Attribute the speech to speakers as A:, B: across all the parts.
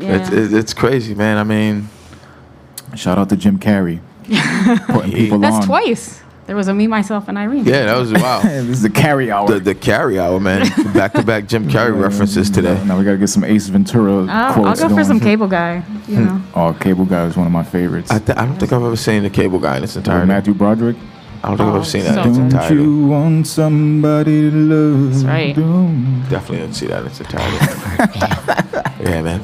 A: It's,
B: Yeah.
A: it's- it's crazy, man. I mean,
C: Shout out to Jim Carrey. Putting people
B: That's
C: on.
B: twice. There was a me, myself, and Irene.
A: yeah, that was wow.
C: This is the carry hour.
A: the, the carry hour, man. Back to back Jim Carrey references today.
C: Now we gotta get some Ace Ventura
B: Uh, I'll, I'll
C: quotes.
B: go for
C: going.
B: some cable guy. You know,
C: Oh, Cable Guy is one of my favorites.
A: I, th- I don't think I've ever seen the cable guy in its
C: Or
A: entirety.
C: Matthew Broderick.
A: I don't think I've ever seen that
B: so
A: in its
B: good.
C: Don't
A: entirety.
C: you want somebody to love?
B: That's right.
C: Don't-
A: Definitely didn't see that in its entirety. yeah, man.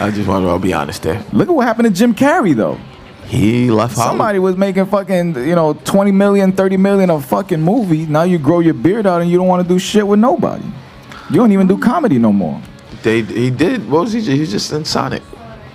A: I just want to I'll be honest there.
C: Look at what happened to Jim Carrey though.
A: He left Hollywood.
C: Somebody was making fucking, you know, 20 million, 30 million a fucking movie. Now you grow your beard out and you don't want to do shit with nobody. You don't even do comedy no more.
A: They he did. What was he? He was just in Sonic.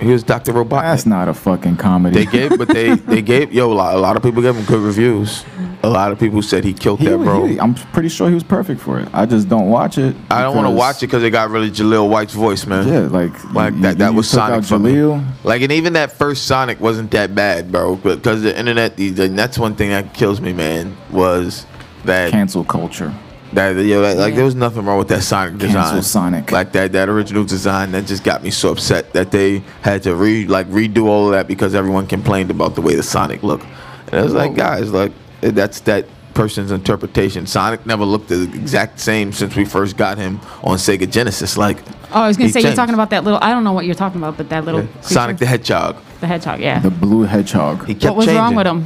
A: He was Doctor Robotnik.
C: That's not a fucking comedy.
A: They gave, but they they gave yo a lot, a lot of people gave him good reviews. A lot of people said he killed
C: He
A: that
C: was-
A: role.
C: he- I'm pretty sure he was perfect for it. I just don't watch it.
A: I don't want to
C: because-
A: watch it because it got really Jaleel White's voice, man.
C: Yeah, like,
A: like
C: you-
A: that. That
C: you
A: was
C: took
A: Sonic
C: out
A: for me.
C: Jaleel.
A: Like, and even that first Sonic wasn't that bad, bro. Because the internet, the, and that's one thing that kills me, man. Was that
C: Cancel culture.
A: that yo that, like
B: Yeah.
A: there was nothing wrong with that Sonic design.
C: Cancel Sonic.
A: Like that that original design that just got me so upset that they had to re like redo all of that because everyone complained about the way the Sonic looked. And I was like, guys, like that's that person's interpretation. Sonic never looked the exact same since we first got him on Sega Genesis. Like
B: Oh, I was gonna
A: he
B: say you're
A: changed.
B: talking about that little. I don't know what you're talking about, but that little creature,
A: Sonic the Hedgehog.
B: the hedgehog. Yeah.
C: The blue hedgehog.
A: He
C: He,
A: kept
B: what was
A: changing.
B: wrong with him?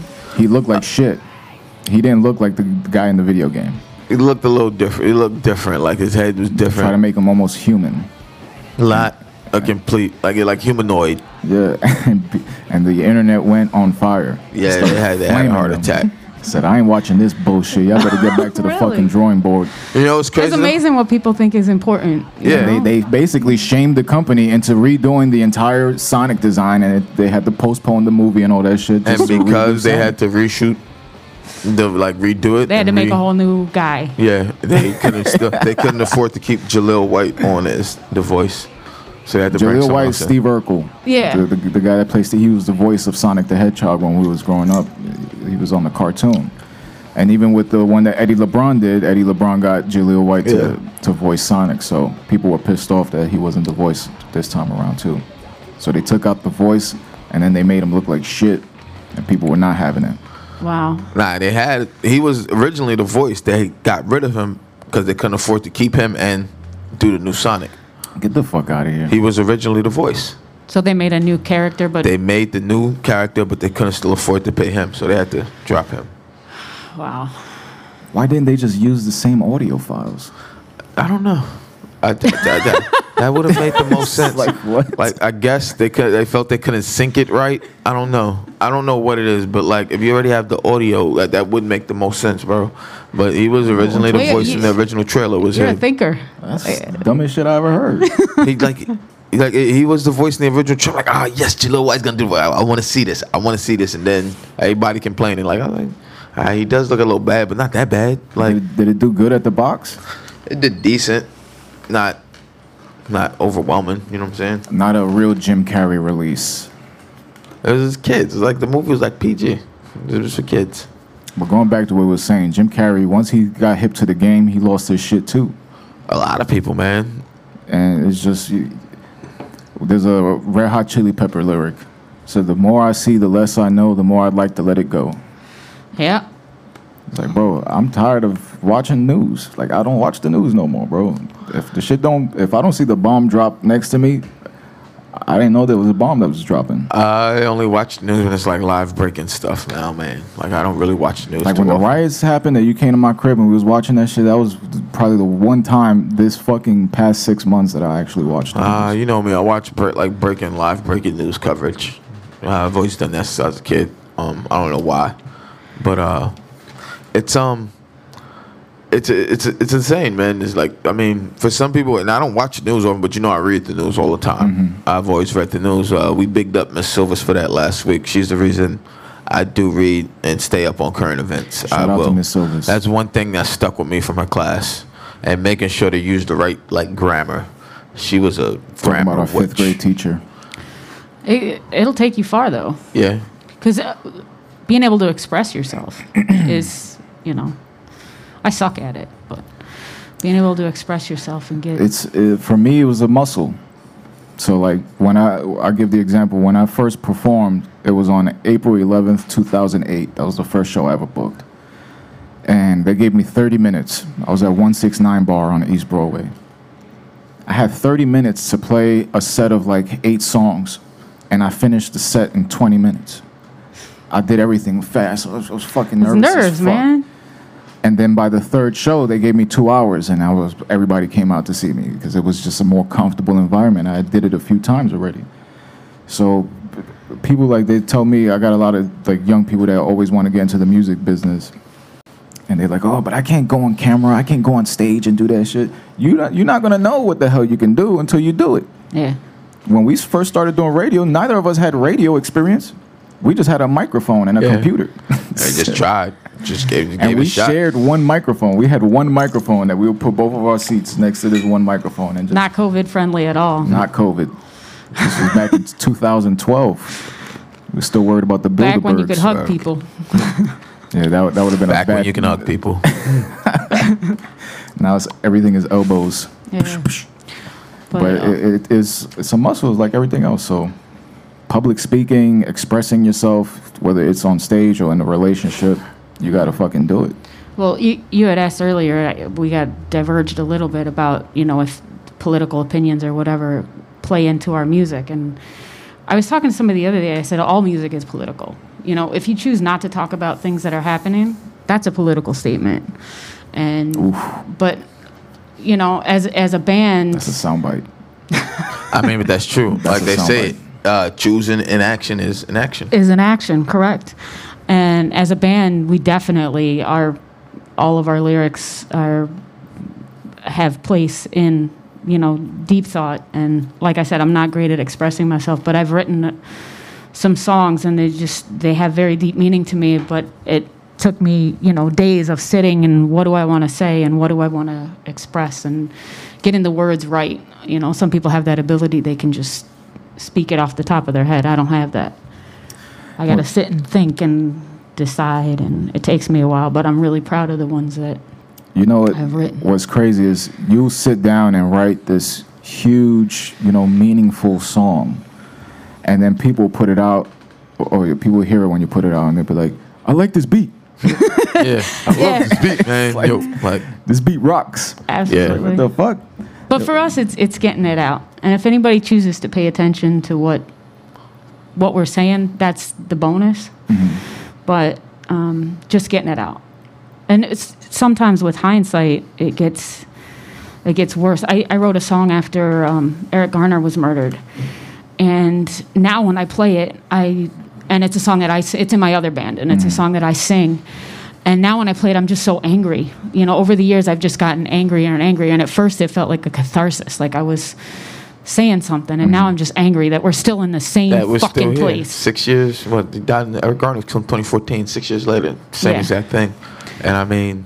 C: looked like shit. He didn't look like the guy in the video game.
A: He looked a little different. He looked different. Like his head was
C: Try to
A: different.
C: make him almost human.
A: Lot a complete like like humanoid.
C: Yeah, and, be- and the internet went on fire.
A: Yeah, they had, they had a
C: Flaming
A: heart
C: him.
A: attack.
C: Said, I ain't watching this bullshit. Y'all better get back to the
B: Really?
C: fucking drawing board.
A: You know, it's crazy.
B: It's amazing what people think is important. you
A: Yeah.
C: They,
B: know?
C: they basically shamed the company into redoing the entire Sonic design, and it, they had to postpone the movie and all that shit. just
A: and
C: to redo
A: because they
C: Sonic.
A: had to reshoot the like redo it
B: They had to
A: and
B: make
A: re-
B: a whole new guy.
A: yeah they couldn't still, they couldn't afford to keep Jaleel White on as the voice so they had to bring
C: Jaleel
A: someone
C: White,
A: else in.
C: Steve Urkel.
B: Yeah.
C: The, the, the guy that plays, he was the voice of Sonic the Hedgehog when we was growing up. He was on the cartoon. And even with the one that Eddie LeBron did, Eddie LeBron got Jaleel White to, to voice Sonic. So people were pissed off that he wasn't the voice this time around, too. So they took out the voice and then they made him look like shit. And people were not having it.
B: Wow.
A: nah they had he was originally the voice they got rid of him because they couldn't afford to keep him and do the new Sonic
C: Get the fuck out of here.
A: he was originally the voice
B: So they made a new character, but
A: they made the new character but they couldn't still afford to pay him so they had to drop him
B: wow.
C: Why didn't they just use the same audio files?
A: I don't know. I, th- th- that that would have made the most sense.
C: Like, what?
A: Like I guess they could. They felt they couldn't sync it right. I don't know. I don't know what it is, but like if you already have the audio, like that would make the most sense, bro. But he was originally the
B: Well, yeah,
A: voice in the
B: you-
A: original trailer. Was
B: You're a
A: him.
B: thinker.
C: That's the dumbest shit I ever heard.
A: he like. he- Like he was the voice in the original trailer. Like, ah, yes, Jaleel White's gonna do. it. I, I want to see this. I want to see this. And then everybody complaining. Like, I was like, ah, he does look a little bad, but not that bad. Like,
C: did, did it do good at the box?
A: it did decent, not, not overwhelming. You know what I'm saying?
C: Not a real Jim Carrey release.
A: It was just kids. It was like the movie was like PG. It was for kids.
C: But going back to what we were saying, Jim Carrey, once he got hip to the game, he lost his shit too.
A: A lot of people, man.
C: And it's just, you- there's a Red Hot Chili Pepper lyric. So the more I see, the less I know, the more I'd like to let it go.
B: Yeah.
C: It's like, bro, I'm tired of watching news. Like, I don't watch the news no more, bro. If the shit don't, if I don't see the bomb drop next to me, I didn't know there was a bomb that was dropping.
A: I only watch news when it's like live breaking stuff now, man. Like I don't really watch news.
C: Like
A: too
C: when the
A: often.
C: riots happened that you came to my crib and we was watching that shit, that was probably the one time this fucking past six months that I actually watched. the
A: Uh, you know me. I watch bre- like breaking live breaking news coverage. Uh, I've always done that since I was a kid. Um, I don't know why, but uh, it's um, it's it's it's insane, man. It's like I mean, for some people, and I don't watch the news often, but you know, I read the news all the time.
C: Mm-hmm.
A: I've always read the news. Uh, we bigged up Miss Silvers for that last week. She's the reason I do read and stay up on current events. I
C: Shout out to
A: will.
C: Miss Silvers.
A: That's one thing that stuck with me from her class, and making sure to use the right like grammar. She was a
C: Talking
A: grammar
C: about our
A: witch.
C: fifth grade teacher.
B: It, it'll take you far though,
A: Yeah,
B: because uh, being able to express yourself is, you know, I suck at it, but being able to express yourself and get
C: It's uh for me, it was a muscle. So like when I I give the example when I first performed, it was on April 11th, 2008. That was the first show I ever booked, and they gave me 30 minutes. I was at 169 Bar on East Broadway. I had 30 minutes to play a set of like eight songs, and I finished the set in 20 minutes. I did everything fast. I was, I was fucking
B: It's
C: nervous. as
B: nerves,
C: fuck.
B: man.
C: And then by the third show, they gave me two hours, and I was everybody came out to see me because it was just a more comfortable environment. I did it a few times already, so p- people like they tell me I got a lot of like young people that always want to get into the music business, and they're like, "Oh, but I can't go on camera, I can't go on stage and do that shit." You not, you're not gonna know what the hell you can do until you do it.
B: Yeah.
C: When we first started doing radio, neither of us had radio experience. We just had a microphone and a
A: Yeah.
C: computer.
A: I just tried. Just gave, gave
C: And
A: it a
C: we
A: shot.
C: shared one microphone. We had one microphone that we would put both of our seats next to this one microphone and just
B: Not
C: not,
B: COVID friendly at all.
C: COVID. This was back in 2012. We were still worried about the Bilderbergs.
B: Back when you could hug
C: uh,
B: people.
C: Yeah, that, would- that would have been
A: Back
C: a bad
A: when you can hug people.
C: Now it's, everything is elbows.
B: Yeah. But,
C: But
B: uh,
C: it, it is, it's a muscle it's like everything else. So public speaking, expressing yourself, whether it's on stage or in a relationship, you got to fucking do it.
B: well, you, you had asked earlier, I- we got diverged a little bit about, you know, if political opinions or whatever play into our music. And I was talking to somebody the other day, I said, all music is political. You know, if you choose not to talk about things that are happening, that's a political statement. And, but, you know, as, as a band,
C: That's a soundbite.
A: I mean, but that's true. like
C: a
A: they
C: soundbite.
A: say, uh, choosing inaction is inaction.
B: is an action, correct? And as a band, we definitely are. All of our lyrics are have place in you know deep thought. And like I said, I'm not great at expressing myself, but I've written some songs, and they just they have very deep meaning to me. But it took me you know days of sitting and what do I want to say and what do I want to express and getting the words right. You know, some people have that ability; they can just speak it off the top of their head. I don't have that. I got to sit and think and decide, and it takes me a while, but I'm really proud of the ones that.
C: You know what?
B: I've written.
C: What's crazy is you'll sit down and write this huge, you know, meaningful song, and then people put it out, or or people hear it when you put it out, and they'll be like, "I like this beat.
A: Yeah, I love
B: Yeah.
A: this beat, man. Yo, like,
C: This beat rocks."
B: Absolutely.
C: What the fuck?
B: But for us, it's it's getting it out, and if anybody chooses to pay attention to what what we're saying, that's the bonus. But um, just getting it out, and it's sometimes with hindsight, it gets it gets worse. I, I wrote a song after um, Eric Garner was murdered, and now when I play it, I and it's a song that I s- it's in my other band, and it's
A: Mm.
B: a song that I sing. And now when I play it, I'm just so angry. You know, over the years, I've just gotten angrier and angrier. And at first, it felt like a catharsis, like I was saying something, and now I'm just angry that we're still in the same
A: Mm. that was still
B: fucking
A: here.
B: place.
A: Six years. What he died in Eric Garner from 2014. Six years later, same
B: Yeah.
A: exact thing. And I mean,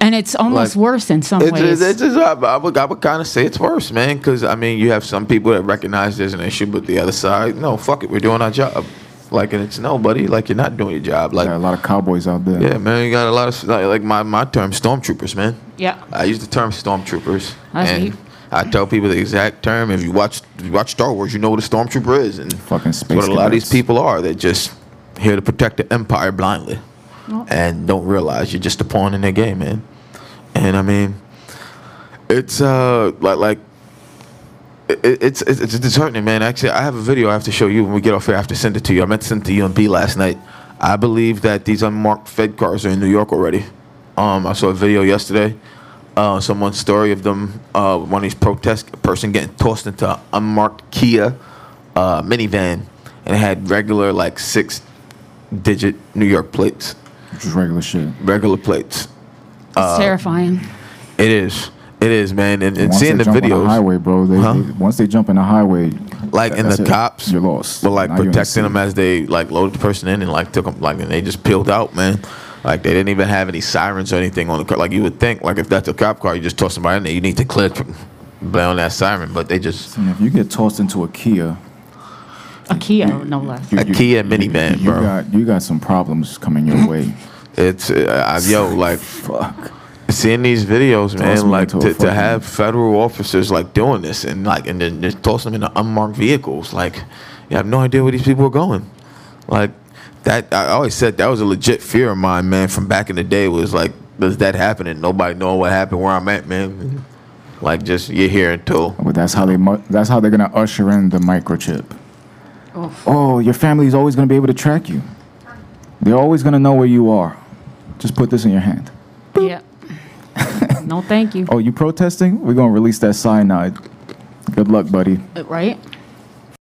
B: And it's almost
A: Like,
B: worse in some
A: it's,
B: ways.
A: it's, it's just, I, I would, I would kind of say it's worse, man. Because I mean, you have some people that recognize there's an issue, but the other side, no, fuck it, we're doing our job. Like, and it's no, buddy. Like, you're not doing your job. Like,
C: There are a lot of cowboys out there.
A: yeah, man, you got a lot of like, like my my term, stormtroopers, man.
B: yeah.
A: I use the term stormtroopers,
B: That's
A: and
B: neat.
A: I tell people the exact term. If you watch if you watch Star Wars, you know what a stormtrooper is, and
C: Fucking
A: that's what
C: space
A: a lot of these
C: cadets.
A: people are. They're just here to protect the empire blindly, and don't realize you're just a pawn in their game, man. And I mean, it's uh like like. It, it- it's, it's it's disheartening, man. Actually, I have a video I have to show you when we get off here. I have to send it to you. I meant to send it to you and B last night. I believe that these unmarked Fed cars are in New York already. Um, I saw a video yesterday. Uh, someone's story of them, uh, one of these protest person getting tossed into an unmarked Kia uh, minivan, and it had regular like six digit New York plates,
C: Just regular shit.
A: regular plates.
B: It's terrifying.
A: It is, it is, man. And, and seeing
C: they
A: the
C: jump on
A: videos,
C: the highway, bro. They,
A: Huh?
C: they- once they jump in the highway,
A: like
C: that-
A: and
C: that's
A: the
C: it.
A: cops
C: you're lost.
A: were like
C: Now you're in the
A: protecting
C: city.
A: them as they like loaded the person in and like took them like and they just peeled out man like they didn't even have any sirens or anything on the car like you would think like if that's a cop car you just toss somebody in there you need to clear tr- blame on that siren but they just
C: And if you get tossed into a Kia,
B: A Kia, no less.
A: a Kia minivan
C: you
A: bro
C: got you got some problems coming your way.
A: it's uh, I- yo like
C: Fuck.
A: seeing these videos,
C: Toss
A: man,
C: me
A: like
C: into a
A: to, to
C: fucking-
A: have federal officers like doing this and like and then just tossing them into unmarked vehicles, like you have no idea where these people are going. Like that, I always said that was a legit fear of mine, man. From back in the day, was like, does that happen and nobody knowing what happened where I'm at, man? Like just you're here until
C: But that's how they mu- that's how they're gonna usher in the microchip. Oh, your family's always gonna be able to track you. They're always gonna know where you are. Just put this in your hand.
B: Yeah. no, thank you.
C: Oh, you protesting? We're gonna release that cyanide. Good luck, buddy.
B: Right?